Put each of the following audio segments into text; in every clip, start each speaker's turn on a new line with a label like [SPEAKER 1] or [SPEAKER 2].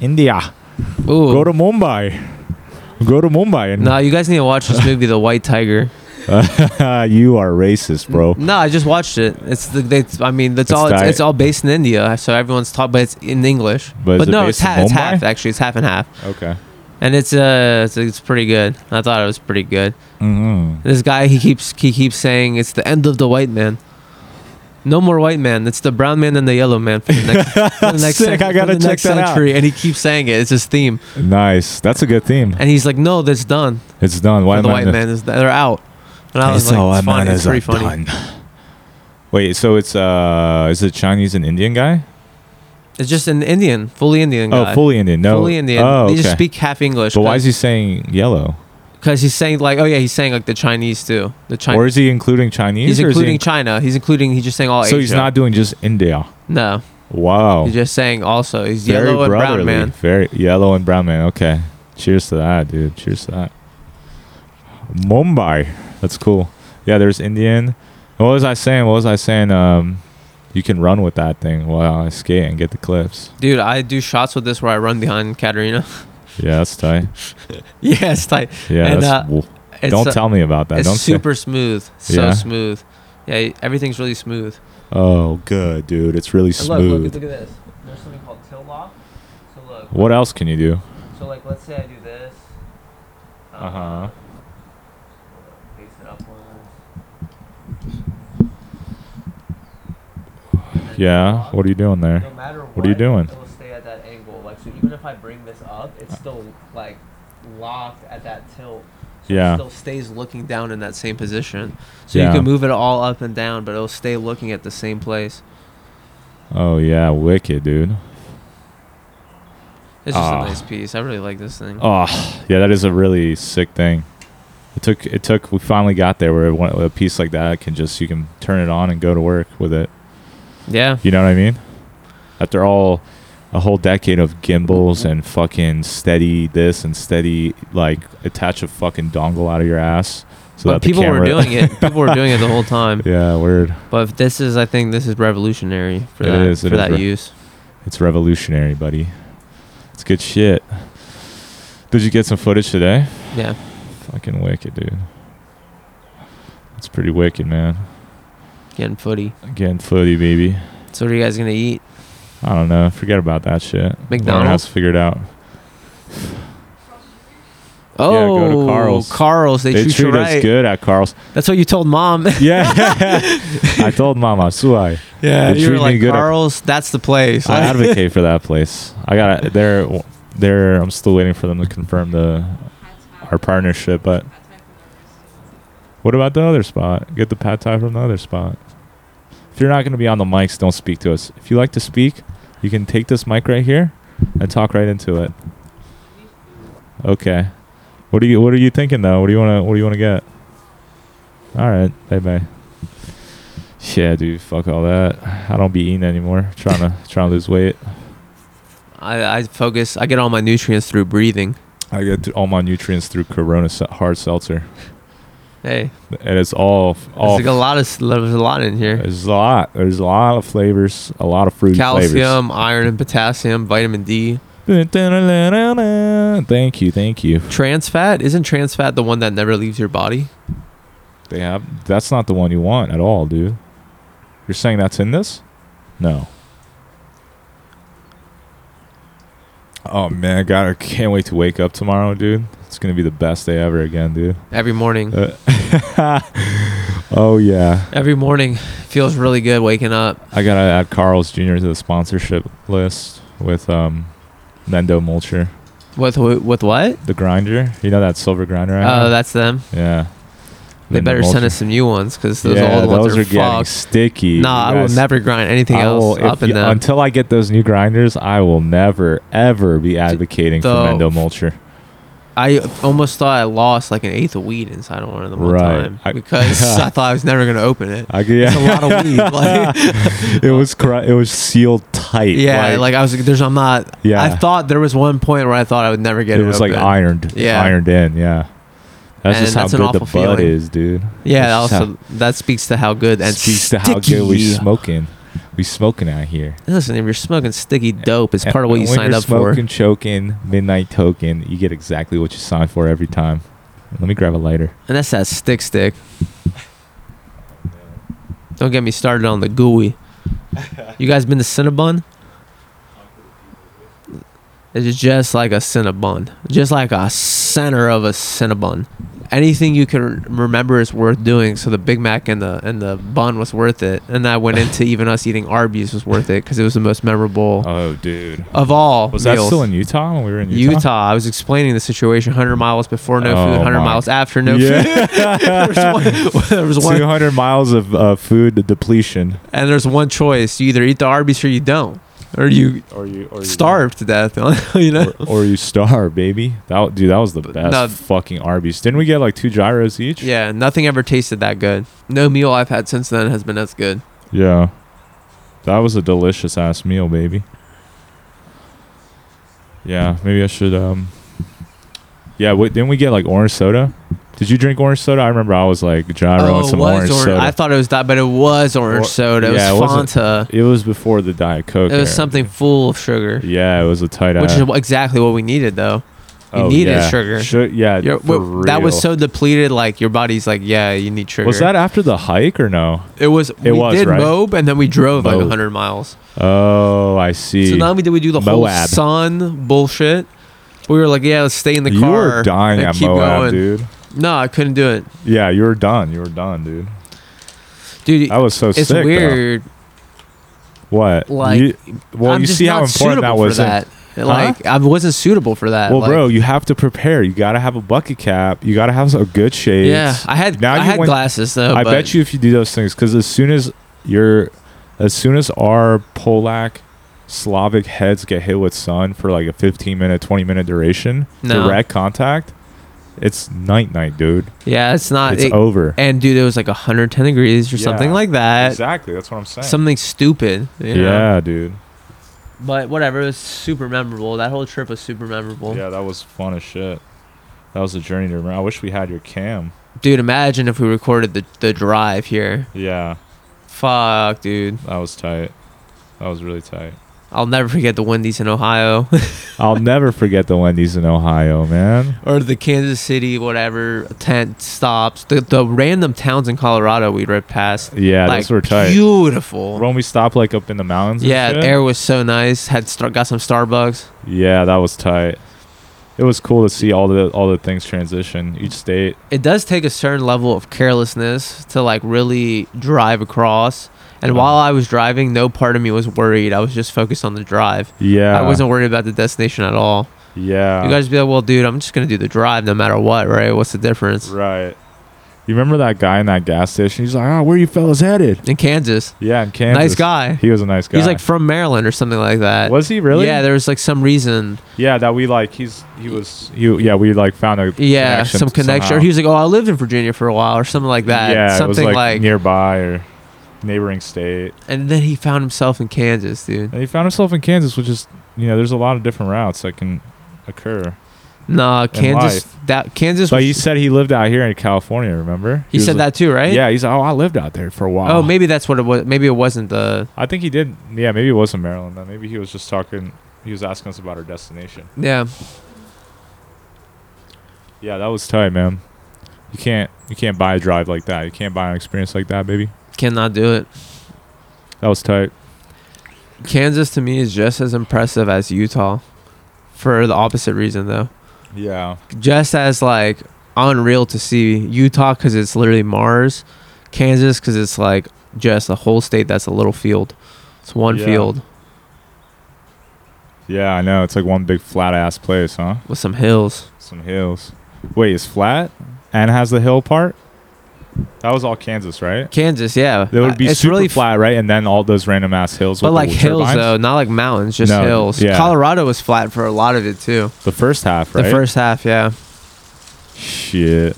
[SPEAKER 1] India.
[SPEAKER 2] Ooh.
[SPEAKER 1] Go to Mumbai. Go to Mumbai. And,
[SPEAKER 2] Nah, you guys need to watch this movie, The White Tiger.
[SPEAKER 1] Ah, you are racist, bro.
[SPEAKER 2] No, I just watched it. It's the they, I mean that's
[SPEAKER 1] It's
[SPEAKER 2] all it's,
[SPEAKER 1] di-
[SPEAKER 2] it's all based in India, so everyone's taught, but it's in English.
[SPEAKER 1] But is
[SPEAKER 2] But,
[SPEAKER 1] it
[SPEAKER 2] no, it's,
[SPEAKER 1] based in
[SPEAKER 2] ha- it's
[SPEAKER 1] Mumbai?
[SPEAKER 2] half actually. It's half and half,
[SPEAKER 1] Okay.
[SPEAKER 2] and it's uh it's, it's pretty good. I thought it was pretty good.
[SPEAKER 1] hmm
[SPEAKER 2] This guy he keeps he keeps saying it's the end of the white man. No more white man. It's the brown man and the yellow man for the next, for the next,
[SPEAKER 1] Sick,
[SPEAKER 2] cen-
[SPEAKER 1] I gotta
[SPEAKER 2] for the
[SPEAKER 1] check
[SPEAKER 2] next
[SPEAKER 1] that out.
[SPEAKER 2] century. And he keeps saying it. It's his theme.
[SPEAKER 1] Nice. That's a good theme.
[SPEAKER 2] And he's like, "No, that's done.
[SPEAKER 1] It's done. White
[SPEAKER 2] the
[SPEAKER 1] man
[SPEAKER 2] white
[SPEAKER 1] is-
[SPEAKER 2] man is they're out." And I was
[SPEAKER 1] It's all
[SPEAKER 2] like, "It's
[SPEAKER 1] white
[SPEAKER 2] funny.
[SPEAKER 1] man
[SPEAKER 2] It's
[SPEAKER 1] is
[SPEAKER 2] pretty
[SPEAKER 1] all
[SPEAKER 2] funny."
[SPEAKER 1] done. Wait, so it's uh, is it Chinese and Indian guy?
[SPEAKER 2] It's just an Indian, fully Indian guy.
[SPEAKER 1] Oh, fully Indian. No,
[SPEAKER 2] fully Indian.
[SPEAKER 1] Oh, okay.
[SPEAKER 2] They just speak half English.
[SPEAKER 1] But why is he saying yellow?
[SPEAKER 2] Because he's saying like, oh yeah, he's saying like the Chinese too. The
[SPEAKER 1] Or
[SPEAKER 2] Chinese.
[SPEAKER 1] is he including Chinese?
[SPEAKER 2] He's
[SPEAKER 1] or is he
[SPEAKER 2] including
[SPEAKER 1] in-
[SPEAKER 2] China. He's including. He's just saying all
[SPEAKER 1] So
[SPEAKER 2] Asia.
[SPEAKER 1] he's not doing just India.
[SPEAKER 2] No,
[SPEAKER 1] Wow.
[SPEAKER 2] he's just saying also. He's
[SPEAKER 1] Very
[SPEAKER 2] yellow and
[SPEAKER 1] brotherly.
[SPEAKER 2] brown man.
[SPEAKER 1] Very yellow and brown man. Okay. Cheers to that, dude. Cheers to that. Mumbai. That's cool. Yeah, there's Indian. What was I saying? What was I saying? Um, you can run with that thing while I skate and get the clips.
[SPEAKER 2] Dude, I do shots with this where I run behind Katerina.
[SPEAKER 1] Yeah, that's tight.
[SPEAKER 2] yeah, it's tight.
[SPEAKER 1] Yeah,
[SPEAKER 2] And,
[SPEAKER 1] that's,
[SPEAKER 2] uh,
[SPEAKER 1] w-
[SPEAKER 2] It's,
[SPEAKER 1] don't
[SPEAKER 2] uh,
[SPEAKER 1] tell me about that.
[SPEAKER 2] It's
[SPEAKER 1] Don't say-
[SPEAKER 2] super smooth. So
[SPEAKER 1] Yeah?
[SPEAKER 2] smooth. Yeah, everything's really smooth.
[SPEAKER 1] Oh, good, dude. It's really
[SPEAKER 2] And Look, look,
[SPEAKER 1] smooth.
[SPEAKER 2] look at this. There's something called till lock. So look.
[SPEAKER 1] What else can you do?
[SPEAKER 2] So like, let's say I do this.
[SPEAKER 1] Uh
[SPEAKER 2] Uh-huh.
[SPEAKER 1] huh.
[SPEAKER 2] Face it upwards.
[SPEAKER 1] Yeah. What are you doing there?
[SPEAKER 2] No matter what,
[SPEAKER 1] What are you doing?
[SPEAKER 2] It will stay at that angle. Like so, even if I bring this up, it's still like locked at that tilt. So
[SPEAKER 1] Yeah.
[SPEAKER 2] It still stays looking down in that same position. So
[SPEAKER 1] Yeah.
[SPEAKER 2] you can move it all up and down, but it'll stay looking at the same place.
[SPEAKER 1] Oh yeah, wicked, dude.
[SPEAKER 2] It's just
[SPEAKER 1] Ah.
[SPEAKER 2] a nice piece. I really like this thing.
[SPEAKER 1] Oh yeah, that is a really sick thing. It took it took. We finally got there where one, a piece like that can just you can turn it on and go to work with it.
[SPEAKER 2] Yeah.
[SPEAKER 1] You know what I mean? After all, a whole decade of gimbals and fucking steady this and steady like attach a fucking dongle out of your ass. So that
[SPEAKER 2] but
[SPEAKER 1] the
[SPEAKER 2] people were
[SPEAKER 1] camera-
[SPEAKER 2] doing it. People were doing it the whole time.
[SPEAKER 1] Yeah, weird.
[SPEAKER 2] But if this is, I think this is revolutionary for
[SPEAKER 1] It
[SPEAKER 2] that
[SPEAKER 1] is, it
[SPEAKER 2] for
[SPEAKER 1] is
[SPEAKER 2] that
[SPEAKER 1] re-
[SPEAKER 2] use.
[SPEAKER 1] It's revolutionary, buddy. It's good shit. Did you get some footage today?
[SPEAKER 2] Yeah.
[SPEAKER 1] Fucking wicked, dude. It's pretty wicked, man.
[SPEAKER 2] Getting footy.
[SPEAKER 1] Again, footy, baby.
[SPEAKER 2] So what are you guys gonna eat?
[SPEAKER 1] I don't know. Forget about that shit. Lauren has
[SPEAKER 2] McDonald's?
[SPEAKER 1] figured out.
[SPEAKER 2] Oh,
[SPEAKER 1] go to Carl's.
[SPEAKER 2] Carl's. They,
[SPEAKER 1] They,
[SPEAKER 2] treat, you
[SPEAKER 1] treat us
[SPEAKER 2] right.
[SPEAKER 1] good at Carl's.
[SPEAKER 2] That's what you told mom.
[SPEAKER 1] Yeah. I told Mama Suai.
[SPEAKER 2] Yeah,
[SPEAKER 1] They
[SPEAKER 2] you
[SPEAKER 1] treat
[SPEAKER 2] were
[SPEAKER 1] me
[SPEAKER 2] like
[SPEAKER 1] good at-
[SPEAKER 2] Carl's. That's the place.
[SPEAKER 1] I advocate for that place. I got they're they're I'm still waiting for them to confirm the our partnership, but what about the other spot? Get the pad thai from the other spot. If you're not going to be on the mics, don't speak to us. If you like to speak, you can take this mic right here and talk right into it. Okay. What do you What are you thinking though? What do you want to What do you want to get? All right, bye bye. Yeah, dude, fuck all that. I don't be eating anymore. Trying to trying to lose weight.
[SPEAKER 2] I, I focus. I get all my nutrients through breathing.
[SPEAKER 1] I get th- all my nutrients through Corona se- hard seltzer,
[SPEAKER 2] Hey,
[SPEAKER 1] and it's all all.
[SPEAKER 2] there's like a lot of there's a lot in here.
[SPEAKER 1] There's a lot. There's a lot of flavors. A lot of fruity
[SPEAKER 2] Calcium, iron, and potassium, vitamin D.
[SPEAKER 1] flavors. Thank you, thank you.
[SPEAKER 2] Trans fat isn't trans fat the one that never leaves your body?
[SPEAKER 1] They have. That's not the one you want at all, dude. You're saying that's in this? No. Oh man, God, I can't wait to wake up tomorrow, dude. It's gonna be the best day ever again, dude.
[SPEAKER 2] Every morning,
[SPEAKER 1] Uh, oh yeah.
[SPEAKER 2] every morning feels really good waking up.
[SPEAKER 1] I gotta add Carl's Jr. to the sponsorship list with um, Nendo Mulcher,
[SPEAKER 2] With wh- with what?
[SPEAKER 1] the grinder. You know that silver grinder? I
[SPEAKER 2] Oh,
[SPEAKER 1] have?
[SPEAKER 2] that's them.
[SPEAKER 1] yeah.
[SPEAKER 2] They
[SPEAKER 1] Nendo
[SPEAKER 2] better send
[SPEAKER 1] Mulcher.
[SPEAKER 2] us some new ones because those
[SPEAKER 1] yeah,
[SPEAKER 2] old
[SPEAKER 1] those
[SPEAKER 2] ones
[SPEAKER 1] are
[SPEAKER 2] are
[SPEAKER 1] getting
[SPEAKER 2] fucked.
[SPEAKER 1] sticky.
[SPEAKER 2] Nah,
[SPEAKER 1] you
[SPEAKER 2] I will
[SPEAKER 1] guys.
[SPEAKER 2] never grind anything
[SPEAKER 1] I
[SPEAKER 2] else
[SPEAKER 1] will- if
[SPEAKER 2] up in
[SPEAKER 1] you-
[SPEAKER 2] them.
[SPEAKER 1] until I get those new grinders. I will never ever be advocating for
[SPEAKER 2] the-
[SPEAKER 1] Mendo Mulcher.
[SPEAKER 2] I almost thought I lost like an eighth of weed inside of one of them one
[SPEAKER 1] Right.
[SPEAKER 2] time
[SPEAKER 1] I-
[SPEAKER 2] because I thought I was never gonna open it.
[SPEAKER 1] I, yeah,
[SPEAKER 2] It's a lot of weed. Like,
[SPEAKER 1] it was cr- it was sealed tight.
[SPEAKER 2] yeah, like, I was like, there's, I'm not.
[SPEAKER 1] Yeah.
[SPEAKER 2] I thought there was one point where I thought I would never get
[SPEAKER 1] it
[SPEAKER 2] it.
[SPEAKER 1] was like
[SPEAKER 2] open.
[SPEAKER 1] ironed,
[SPEAKER 2] Yeah.
[SPEAKER 1] ironed in. Yeah, that's
[SPEAKER 2] And
[SPEAKER 1] just how
[SPEAKER 2] that's an
[SPEAKER 1] good the
[SPEAKER 2] awful
[SPEAKER 1] bud
[SPEAKER 2] feeling.
[SPEAKER 1] is, dude.
[SPEAKER 2] Yeah,
[SPEAKER 1] That's just
[SPEAKER 2] also that speaks to how good and
[SPEAKER 1] speaks to how good we
[SPEAKER 2] sticky.
[SPEAKER 1] smoking. We smoking out here.
[SPEAKER 2] Listen, if you're smoking sticky dope, it's
[SPEAKER 1] And-
[SPEAKER 2] part of what you
[SPEAKER 1] and when
[SPEAKER 2] signed
[SPEAKER 1] you're
[SPEAKER 2] up for.
[SPEAKER 1] smoking, choking, midnight token. You get exactly what you signed for every time. Let me grab a lighter.
[SPEAKER 2] And that's that stick stick. Don't get me started on the gooey. You guys been to Cinnabon? It's just like a Cinnabon. Just like a center of a Cinnabon. Anything you can remember is worth doing. So the Big Mac and the and the bun was worth it. And I went into even us eating Arby's was worth it because it was the most memorable
[SPEAKER 1] Oh, dude.
[SPEAKER 2] of all.
[SPEAKER 1] Was that
[SPEAKER 2] meals.
[SPEAKER 1] still in Utah when we were in Utah?
[SPEAKER 2] Utah? I was explaining the situation: 100 miles before no
[SPEAKER 1] Oh,
[SPEAKER 2] food, 100
[SPEAKER 1] my-
[SPEAKER 2] miles after no food. there was
[SPEAKER 1] yeah.
[SPEAKER 2] one, there was one
[SPEAKER 1] 200 miles of uh, food depletion.
[SPEAKER 2] and there's one choice: you either eat the Arby's or you don't, or you
[SPEAKER 1] Or you or
[SPEAKER 2] starve to death. you know,
[SPEAKER 1] Or, or you starve, baby. That dude, that was the best
[SPEAKER 2] no.
[SPEAKER 1] fucking Arby's. Didn't we get like two gyros each?
[SPEAKER 2] yeah, nothing ever tasted that good. No meal I've had since then has been as good.
[SPEAKER 1] Yeah. That was a delicious ass meal, baby. Yeah, maybe I should um Yeah, wait, didn't we get like orange soda? Did you drink orange soda? I remember I was like, John, I want
[SPEAKER 2] Oh, it
[SPEAKER 1] some
[SPEAKER 2] was
[SPEAKER 1] orange soda.
[SPEAKER 2] I thought it was that, but it was orange
[SPEAKER 1] Or-
[SPEAKER 2] soda. It
[SPEAKER 1] yeah, it
[SPEAKER 2] was
[SPEAKER 1] wasn't-
[SPEAKER 2] Fanta.
[SPEAKER 1] it was before the Diet Coke.
[SPEAKER 2] It was
[SPEAKER 1] era.
[SPEAKER 2] something full of sugar,
[SPEAKER 1] Yeah, it was a tight
[SPEAKER 2] which
[SPEAKER 1] ass.
[SPEAKER 2] is wh- exactly what we needed, though. you needed sugar.
[SPEAKER 1] Su- yeah,
[SPEAKER 2] Your-
[SPEAKER 1] for
[SPEAKER 2] wh- that
[SPEAKER 1] real.
[SPEAKER 2] was so depleted, like your body's like, yeah, you need sugar.
[SPEAKER 1] Was that after the hike or no?
[SPEAKER 2] It was. we
[SPEAKER 1] was,
[SPEAKER 2] did
[SPEAKER 1] right?
[SPEAKER 2] Moab, and then we drove like
[SPEAKER 1] Moab.
[SPEAKER 2] 100 miles.
[SPEAKER 1] Oh, I see.
[SPEAKER 2] So not only did we do the whole
[SPEAKER 1] Moab.
[SPEAKER 2] sun bullshit, we were like, yeah, let's stay in the
[SPEAKER 1] you
[SPEAKER 2] car.
[SPEAKER 1] were dying
[SPEAKER 2] and
[SPEAKER 1] at
[SPEAKER 2] keep
[SPEAKER 1] Moab,
[SPEAKER 2] going.
[SPEAKER 1] dude.
[SPEAKER 2] No, I couldn't do it,
[SPEAKER 1] Yeah, you were done. You were done, dude.
[SPEAKER 2] dude.
[SPEAKER 1] That was so
[SPEAKER 2] it's
[SPEAKER 1] sick. though.
[SPEAKER 2] weird.
[SPEAKER 1] What?
[SPEAKER 2] Like,
[SPEAKER 1] you, well,
[SPEAKER 2] I'm
[SPEAKER 1] you
[SPEAKER 2] just
[SPEAKER 1] see how
[SPEAKER 2] not
[SPEAKER 1] important that
[SPEAKER 2] suitable
[SPEAKER 1] was.
[SPEAKER 2] For
[SPEAKER 1] in-
[SPEAKER 2] that. Like I wasn't suitable for that.
[SPEAKER 1] Well,
[SPEAKER 2] like,
[SPEAKER 1] bro, you have to prepare. You gotta have a bucket cap. You gotta have some good shades.
[SPEAKER 2] Yeah, I had
[SPEAKER 1] Now
[SPEAKER 2] I
[SPEAKER 1] you
[SPEAKER 2] had
[SPEAKER 1] went-
[SPEAKER 2] glasses though.
[SPEAKER 1] I
[SPEAKER 2] but
[SPEAKER 1] bet you if you do those things, because as soon as you're, as soon as our Polak, Slavic heads get hit with sun for like a 15 minute, 20 minute duration,
[SPEAKER 2] No.
[SPEAKER 1] direct contact, it's night night, dude.
[SPEAKER 2] Yeah, it's not.
[SPEAKER 1] it's
[SPEAKER 2] Uh, it-
[SPEAKER 1] over.
[SPEAKER 2] and dude, it was like 110 degrees or
[SPEAKER 1] Yeah,
[SPEAKER 2] something like that.
[SPEAKER 1] Exactly. That's what I'm saying.
[SPEAKER 2] Something stupid. you know?
[SPEAKER 1] yeah, dude.
[SPEAKER 2] But whatever, it was super memorable. That whole trip was super memorable.
[SPEAKER 1] Yeah, that was fun as shit. That was a journey to remember. I wish we had your cam.
[SPEAKER 2] Dude, imagine if we recorded the, the drive here.
[SPEAKER 1] Yeah,
[SPEAKER 2] Fuck, dude.
[SPEAKER 1] that was tight. That was really tight.
[SPEAKER 2] I'll never forget the Wendy's in Ohio
[SPEAKER 1] I'll never forget the Wendy's in Ohio, man.
[SPEAKER 2] or the Kansas City, whatever, tent stops. The, the random towns in Colorado we ripped past.
[SPEAKER 1] Yeah,
[SPEAKER 2] like,
[SPEAKER 1] those were tight.
[SPEAKER 2] Beautiful.
[SPEAKER 1] when we stopped like up in the mountains. and
[SPEAKER 2] yeah,
[SPEAKER 1] shit?
[SPEAKER 2] the air was so nice. Had star- Got some Starbucks.
[SPEAKER 1] Yeah, that was tight. It was cool to see all the all the things transition each state.
[SPEAKER 2] It does take a certain level of carelessness to like really drive across. And
[SPEAKER 1] Yeah.
[SPEAKER 2] while I was driving, no part of me was worried. I was just focused on the drive.
[SPEAKER 1] Yeah,
[SPEAKER 2] I wasn't worried about the destination at all.
[SPEAKER 1] Yeah,
[SPEAKER 2] You guys be like, well, dude, I'm just gonna do the drive no matter what, right? What's the difference?
[SPEAKER 1] right. You remember that guy in that gas station? He's like, "Ah, where you fellas headed?"
[SPEAKER 2] In Kansas,
[SPEAKER 1] Yeah, in Kansas.
[SPEAKER 2] nice guy.
[SPEAKER 1] He was a nice guy.
[SPEAKER 2] He's like from Maryland or something like that.
[SPEAKER 1] was he really?
[SPEAKER 2] Yeah, there was like some reason.
[SPEAKER 1] Yeah, that we like. He's he was you. Yeah, we like found a
[SPEAKER 2] Yeah, some connection. Or
[SPEAKER 1] somehow.
[SPEAKER 2] he was like, oh, I lived in Virginia for a while or something like that.
[SPEAKER 1] Yeah, it was
[SPEAKER 2] something
[SPEAKER 1] like,
[SPEAKER 2] like,
[SPEAKER 1] nearby or neighboring state.
[SPEAKER 2] and then he found himself in Kansas, dude.
[SPEAKER 1] And he found himself in Kansas, which is you know, there's a lot of different routes that can occur.
[SPEAKER 2] Nah, Kansas.
[SPEAKER 1] life.
[SPEAKER 2] That Kansas.
[SPEAKER 1] But
[SPEAKER 2] was-
[SPEAKER 1] he said he lived out here in California. Remember?
[SPEAKER 2] he
[SPEAKER 1] was
[SPEAKER 2] said
[SPEAKER 1] like-
[SPEAKER 2] that too, right?
[SPEAKER 1] Yeah, he's like, oh, I lived out there for a while.
[SPEAKER 2] Oh, maybe that's what it was. Maybe it wasn't the.
[SPEAKER 1] I think he did. Yeah, maybe it wasn't Maryland. Then maybe he was just talking. He was asking us about our destination.
[SPEAKER 2] Yeah.
[SPEAKER 1] Yeah, that was tight, man. You can't you can't buy a drive like that. You can't buy an experience like that, baby.
[SPEAKER 2] Cannot do it.
[SPEAKER 1] That was tight.
[SPEAKER 2] Kansas to me is just as impressive as Utah, for the opposite reason though.
[SPEAKER 1] Yeah.
[SPEAKER 2] just as like unreal to see Utah because it's literally Mars, Kansas because it's like just a whole state that's a little field. It's one
[SPEAKER 1] Yeah.
[SPEAKER 2] field
[SPEAKER 1] Yeah, I know. It's like one big flat ass place, huh?
[SPEAKER 2] with some hills.
[SPEAKER 1] Some hills. Wait, it's flat and has the hill part. That was all Kansas, right?
[SPEAKER 2] Kansas, yeah,
[SPEAKER 1] That would be
[SPEAKER 2] Uh, it's
[SPEAKER 1] super
[SPEAKER 2] really f-
[SPEAKER 1] flat, right? And then all those random ass hills.
[SPEAKER 2] but
[SPEAKER 1] with
[SPEAKER 2] like
[SPEAKER 1] the
[SPEAKER 2] hills
[SPEAKER 1] turbines?
[SPEAKER 2] though, not like mountains, just
[SPEAKER 1] No,
[SPEAKER 2] hills.
[SPEAKER 1] yeah.
[SPEAKER 2] Colorado was flat for a lot of it too.
[SPEAKER 1] The first half, right?
[SPEAKER 2] The first half, yeah.
[SPEAKER 1] Shit.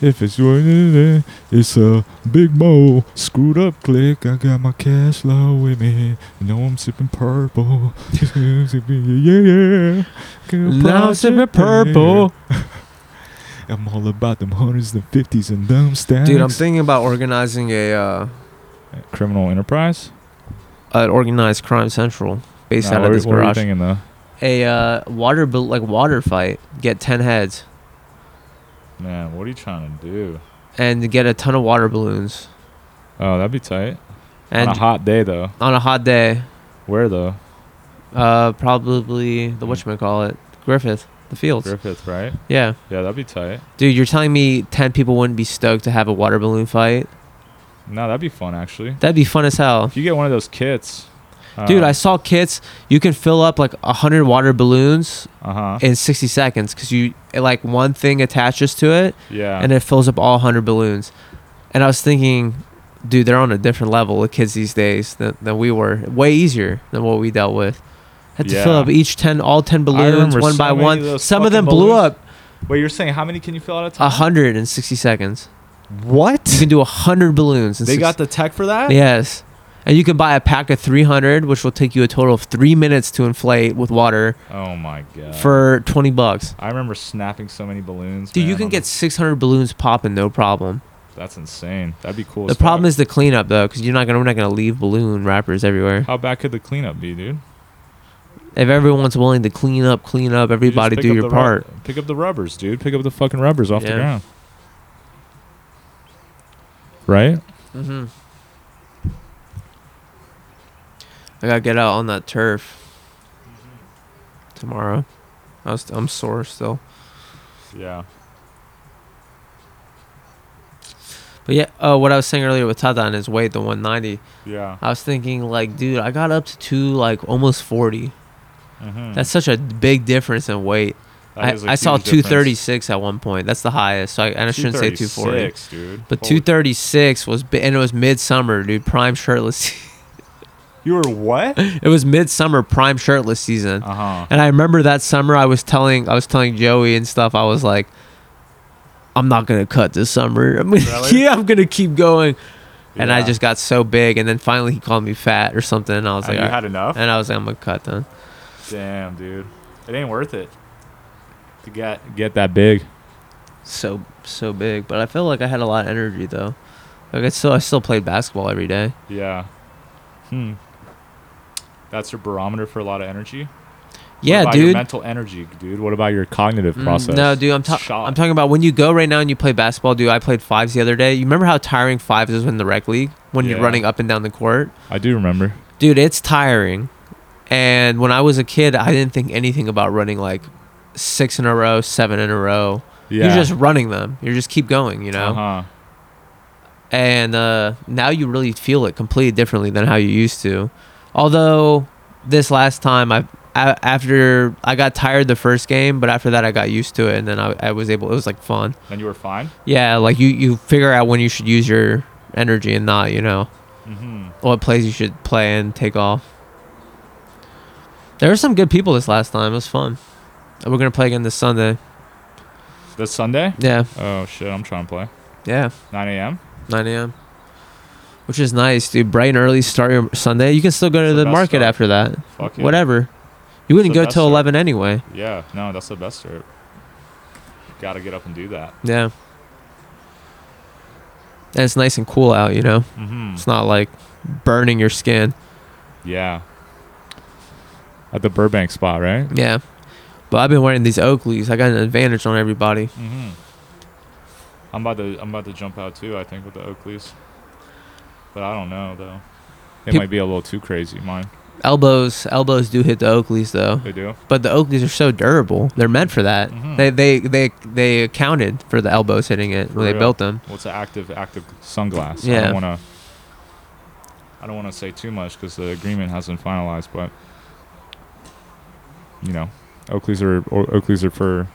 [SPEAKER 1] If it's raining, it's a big bowl. Screwed up click. I got my cash flow with me. You know I'm sipping purple. yeah, yeah. Got a
[SPEAKER 2] Now it's
[SPEAKER 1] project
[SPEAKER 2] purple,
[SPEAKER 1] there. I'm all about them hundreds and fifties and them stacks.
[SPEAKER 2] dude. I'm thinking about organizing a uh,
[SPEAKER 1] Criminal Enterprise.
[SPEAKER 2] at Organized Crime Central, based
[SPEAKER 1] Nah,
[SPEAKER 2] out
[SPEAKER 1] what
[SPEAKER 2] of
[SPEAKER 1] were-
[SPEAKER 2] this
[SPEAKER 1] what were you
[SPEAKER 2] garage.
[SPEAKER 1] thinking though?
[SPEAKER 2] A uh, water bu- like water fight, get ten heads,
[SPEAKER 1] Man, what are you trying to do?
[SPEAKER 2] and get a ton of water balloons.
[SPEAKER 1] Oh, that'd be tight.
[SPEAKER 2] And
[SPEAKER 1] On a hot day though.
[SPEAKER 2] day,
[SPEAKER 1] Where though?
[SPEAKER 2] uh, probably the whatchamacallit, call it Griffith, the fields.
[SPEAKER 1] Mm. Griffith, right?
[SPEAKER 2] Yeah,
[SPEAKER 1] Yeah, that'd be tight.
[SPEAKER 2] dude, you're telling me ten people wouldn't be stoked to have a water balloon fight?
[SPEAKER 1] No, that'd be fun actually.
[SPEAKER 2] That'd be fun as hell.
[SPEAKER 1] If you get one of those kits, uh,
[SPEAKER 2] Dude, I saw kits. You can fill up like a hundred water balloons
[SPEAKER 1] uh huh,
[SPEAKER 2] in sixty seconds because you like one thing attaches to it,
[SPEAKER 1] yeah,
[SPEAKER 2] and it fills up all 100 balloons. And I was thinking, dude, they're on a different level, the kids these days, than, than we were. Way easier than what we dealt with. Had to fill
[SPEAKER 1] Yeah.
[SPEAKER 2] up each 10, all 10 balloons,
[SPEAKER 1] remember
[SPEAKER 2] one
[SPEAKER 1] so
[SPEAKER 2] by
[SPEAKER 1] many of
[SPEAKER 2] one.
[SPEAKER 1] those
[SPEAKER 2] Some of
[SPEAKER 1] fucking
[SPEAKER 2] them blew
[SPEAKER 1] balloons.
[SPEAKER 2] up
[SPEAKER 1] Wait, you're saying how many can you fill out at a time?
[SPEAKER 2] 160 seconds. You
[SPEAKER 1] What?
[SPEAKER 2] can do 100 balloons. In
[SPEAKER 1] They
[SPEAKER 2] six-
[SPEAKER 1] got the tech for that?
[SPEAKER 2] Yes. And you can buy a pack of 300, which will take you a total of three minutes to inflate with water
[SPEAKER 1] Oh my god.
[SPEAKER 2] for 20 bucks.
[SPEAKER 1] I remember snapping so many balloons.
[SPEAKER 2] Dude, you
[SPEAKER 1] man,
[SPEAKER 2] can
[SPEAKER 1] on
[SPEAKER 2] get 600 balloons popping, no problem.
[SPEAKER 1] the- That's insane. That'd be cool.
[SPEAKER 2] The problem is the cleanup though, because you're not gonna we're not gonna leave balloon wrappers everywhere.
[SPEAKER 1] how bad could the cleanup be, dude? You just
[SPEAKER 2] If everyone's willing to clean up, clean up, everybody
[SPEAKER 1] pick
[SPEAKER 2] do
[SPEAKER 1] up
[SPEAKER 2] your
[SPEAKER 1] the ru-
[SPEAKER 2] part.
[SPEAKER 1] pick up the rubbers, dude. Pick up the fucking rubbers off the
[SPEAKER 2] Yeah.
[SPEAKER 1] ground. Right?
[SPEAKER 2] Mm-hmm. I gotta get out on that turf tomorrow. I was, I'm sore still,
[SPEAKER 1] Yeah.
[SPEAKER 2] but yeah. Uh, what I was saying earlier with Tata and his weight, the 190.
[SPEAKER 1] Yeah.
[SPEAKER 2] I was thinking like, dude, I got up to two, like almost 40.
[SPEAKER 1] Mhm.
[SPEAKER 2] That's such a big difference in weight.
[SPEAKER 1] That is a
[SPEAKER 2] I, I saw
[SPEAKER 1] huge
[SPEAKER 2] 236 at one point. That's the highest. So I, and I
[SPEAKER 1] difference.
[SPEAKER 2] shouldn't say 240.
[SPEAKER 1] 236, dude.
[SPEAKER 2] But
[SPEAKER 1] Holy-
[SPEAKER 2] two thirty six was bi- and it was midsummer, dude. Prime shirtless. se-
[SPEAKER 1] You were what? uh
[SPEAKER 2] it was midsummer, prime shirtless season.
[SPEAKER 1] huh.
[SPEAKER 2] And I remember that summer, I was telling I was telling Joey and stuff. I was like, I'm not gonna cut this summer. I'm gonna,
[SPEAKER 1] Really?
[SPEAKER 2] yeah, I'm gonna keep going. And I
[SPEAKER 1] Yeah.
[SPEAKER 2] just got so big, and then finally he called me fat or something. And I was
[SPEAKER 1] And
[SPEAKER 2] like,
[SPEAKER 1] you
[SPEAKER 2] "All right."
[SPEAKER 1] had enough?
[SPEAKER 2] and I was like, I'm gonna cut then.
[SPEAKER 1] Damn, dude. It ain't worth it. To get get that big.
[SPEAKER 2] So so big, but I feel like I had a lot of energy though. Like I still I still played basketball every day.
[SPEAKER 1] Yeah. Hmm. That's your barometer for a lot of energy. what
[SPEAKER 2] Yeah,
[SPEAKER 1] about Your
[SPEAKER 2] dude.
[SPEAKER 1] mental energy, dude. What about your cognitive
[SPEAKER 2] Mm,
[SPEAKER 1] process?
[SPEAKER 2] No, dude, I'm, ta-
[SPEAKER 1] Shot.
[SPEAKER 2] I'm talking about when you go right now and you play basketball, dude. I played fives the other day. You remember how tiring fives is in the rec league when you're
[SPEAKER 1] Yeah.
[SPEAKER 2] running up and down the court?
[SPEAKER 1] I do remember.
[SPEAKER 2] Dude, it's tiring. And when I was a kid, I didn't think anything about running like six in a row, seven in a row.
[SPEAKER 1] Yeah.
[SPEAKER 2] You're just running them. You just keep going, you know?
[SPEAKER 1] Uh-huh.
[SPEAKER 2] and uh, now you really feel it completely differently than how you used to. Although this last time, I, I after I got tired the first game, but after that I got used to it, and then I, I was able. It was like fun.
[SPEAKER 1] Then you were fine.
[SPEAKER 2] Yeah, like you you figure out when you should use your energy and not, you know,
[SPEAKER 1] Mm-hmm.
[SPEAKER 2] what plays you should play and take off. There were some good people this last time. It was fun. And We're gonna play again this Sunday.
[SPEAKER 1] This Sunday?
[SPEAKER 2] Yeah,
[SPEAKER 1] Oh shit, I'm trying to play.
[SPEAKER 2] yeah,
[SPEAKER 1] 9 a.m.
[SPEAKER 2] 9 a.m. Which is nice, dude. Bright and early start your Sunday. You can still go to
[SPEAKER 1] It's the
[SPEAKER 2] the,
[SPEAKER 1] best
[SPEAKER 2] market
[SPEAKER 1] start.
[SPEAKER 2] after that.
[SPEAKER 1] Fuck yeah.
[SPEAKER 2] Whatever. You wouldn't
[SPEAKER 1] the
[SPEAKER 2] go
[SPEAKER 1] best
[SPEAKER 2] till
[SPEAKER 1] start.
[SPEAKER 2] 11 anyway.
[SPEAKER 1] Yeah. No, that's the best start. Gotta get up and do that.
[SPEAKER 2] Yeah. And it's nice and cool out, you know?
[SPEAKER 1] Mm-hmm.
[SPEAKER 2] It's not like burning your skin.
[SPEAKER 1] Yeah. At the Burbank spot, right?
[SPEAKER 2] Yeah. But I've been wearing these Oakleys. I got an advantage on everybody.
[SPEAKER 1] Mm-hmm. I'm about to I'm about to jump out too. I think with the Oakleys, but I don't know though. They
[SPEAKER 2] Peop-
[SPEAKER 1] might be a little too crazy. Mine,
[SPEAKER 2] Elbows elbows do hit the Oakleys though.
[SPEAKER 1] they do.
[SPEAKER 2] But the Oakleys are so durable. They're meant for that.
[SPEAKER 1] Mhm.
[SPEAKER 2] They they they they accounted for the elbows hitting it when they
[SPEAKER 1] real.
[SPEAKER 2] built them.
[SPEAKER 1] What's an active active sunglass? I
[SPEAKER 2] Yeah.
[SPEAKER 1] don't want to. I don't want to say too much because the agreement hasn't finalized, but you know, Oakleys are o- Oakleys are for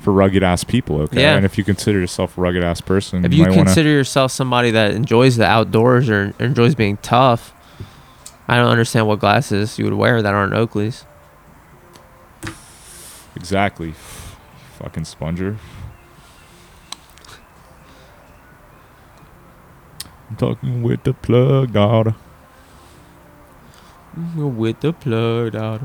[SPEAKER 1] for rugged ass people. Okay,
[SPEAKER 2] Yeah.
[SPEAKER 1] and if you consider yourself a rugged ass person,
[SPEAKER 2] If
[SPEAKER 1] you,
[SPEAKER 2] you
[SPEAKER 1] might want to.
[SPEAKER 2] consider yourself somebody that enjoys the outdoors or enjoys being tough, I don't understand what glasses you would wear that aren't Oakleys.
[SPEAKER 1] Exactly. Fucking sponger. I'm talking with the plug out.
[SPEAKER 2] With the plug out.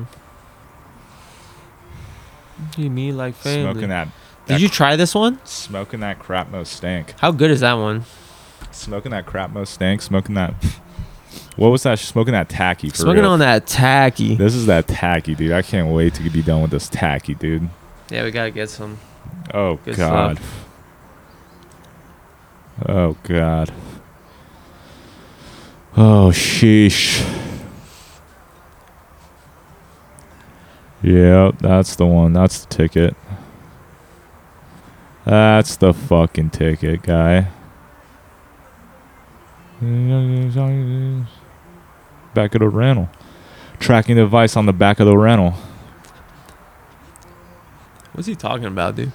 [SPEAKER 2] You mean like family?
[SPEAKER 1] Smoking that,
[SPEAKER 2] Did you try this one?
[SPEAKER 1] smoking that crap no stank.
[SPEAKER 2] How good is that one?
[SPEAKER 1] Smoking that crap Mustang, smoking that. What was that? Smoking that tacky. For
[SPEAKER 2] Smoking
[SPEAKER 1] real.
[SPEAKER 2] on that tacky.
[SPEAKER 1] This is that tacky, dude. I can't wait to be done with this tacky, dude.
[SPEAKER 2] Yeah, we gotta get some.
[SPEAKER 1] Oh
[SPEAKER 2] Good
[SPEAKER 1] god. Oh god. Oh sheesh. Yeah, that's the one. That's the ticket. That's the fucking ticket, guy. Back of the rental. Tracking device on the back of the rental.
[SPEAKER 2] What's he talking about, dude?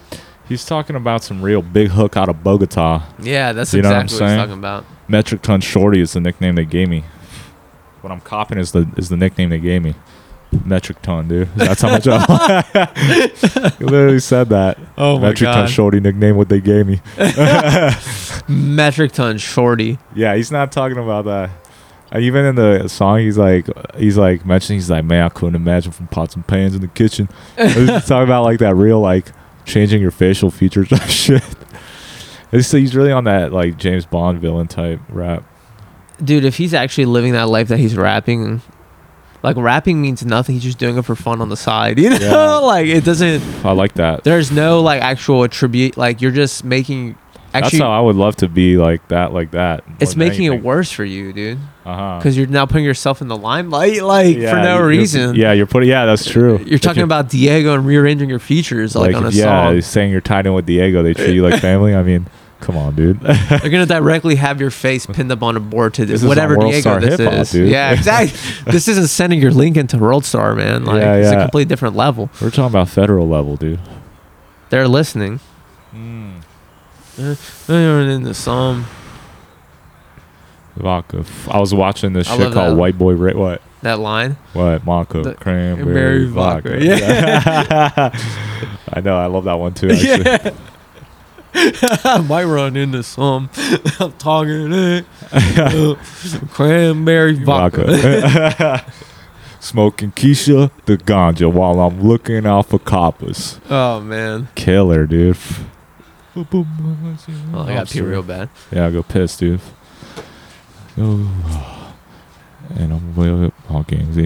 [SPEAKER 1] He's talking about some real big hook out of Bogota.
[SPEAKER 2] Yeah, that's
[SPEAKER 1] You know what I'm
[SPEAKER 2] exactly what, he's
[SPEAKER 1] saying?
[SPEAKER 2] talking about.
[SPEAKER 1] Metric Ton Shorty is the nickname they gave me. What I'm copping is the is the nickname they gave me. Metric Ton, dude. That's how much I. He literally said that.
[SPEAKER 2] Oh
[SPEAKER 1] Metric Ton Shorty nickname what they gave me.
[SPEAKER 2] Metric ton shorty.
[SPEAKER 1] Yeah, he's not talking about that. Uh, Even in the song, he's like, he's like mentioning, he's like, man, I couldn't imagine from pots and pans in the kitchen. he's talking about like that real like changing your facial features and shit. And so he's really on that like James Bond villain type rap.
[SPEAKER 2] Dude, if he's actually living that life that he's rapping, like rapping means nothing. He's just doing it for fun on the side. You know,
[SPEAKER 1] Yeah.
[SPEAKER 2] like it doesn't.
[SPEAKER 1] I like that.
[SPEAKER 2] There's no like actual attribute. Like you're just making. Actually,
[SPEAKER 1] That's how I would love to be like that, like that.
[SPEAKER 2] it's making it worse for you, dude.
[SPEAKER 1] Uh huh.
[SPEAKER 2] Because you're now putting yourself in the limelight, like for no reason.
[SPEAKER 1] Yeah, you're putting. Yeah, that's true.
[SPEAKER 2] You're
[SPEAKER 1] If
[SPEAKER 2] talking about Diego and rearranging your features like, on a
[SPEAKER 1] if- yeah,
[SPEAKER 2] song.
[SPEAKER 1] saying you're tied in with Diego, they treat you like family. I mean, come on, dude.
[SPEAKER 2] They're gonna directly have your face pinned up on a board to
[SPEAKER 1] This
[SPEAKER 2] this
[SPEAKER 1] is on
[SPEAKER 2] whatever
[SPEAKER 1] World
[SPEAKER 2] Diego
[SPEAKER 1] Star
[SPEAKER 2] this
[SPEAKER 1] Hip Hop,
[SPEAKER 2] is.
[SPEAKER 1] dude.
[SPEAKER 2] Yeah, exactly. this isn't sending your link into World Star, man. Like
[SPEAKER 1] Yeah,
[SPEAKER 2] it's a
[SPEAKER 1] yeah.
[SPEAKER 2] completely different level.
[SPEAKER 1] We're talking about federal level, dude.
[SPEAKER 2] They're listening. Hmm. They're in the song.
[SPEAKER 1] Vodka. F- I was watching this
[SPEAKER 2] I
[SPEAKER 1] shit
[SPEAKER 2] love
[SPEAKER 1] called
[SPEAKER 2] that.
[SPEAKER 1] White Boy Ra- What?
[SPEAKER 2] That line.
[SPEAKER 1] What? Maca
[SPEAKER 2] The-
[SPEAKER 1] cranberry
[SPEAKER 2] cranberry
[SPEAKER 1] vodka.
[SPEAKER 2] vodka.
[SPEAKER 1] Yeah. I know. I love that one too. Actually.
[SPEAKER 2] I might run into some. I'm talking it. Uh, cranberry vodka.
[SPEAKER 1] Vodka. Smoking Keisha the ganja while I'm looking out for coppers.
[SPEAKER 2] Oh man.
[SPEAKER 1] Killer, dude.
[SPEAKER 2] Oh, I got pee real bad.
[SPEAKER 1] Yeah, I go piss, dude. Oh, And I'm with all games.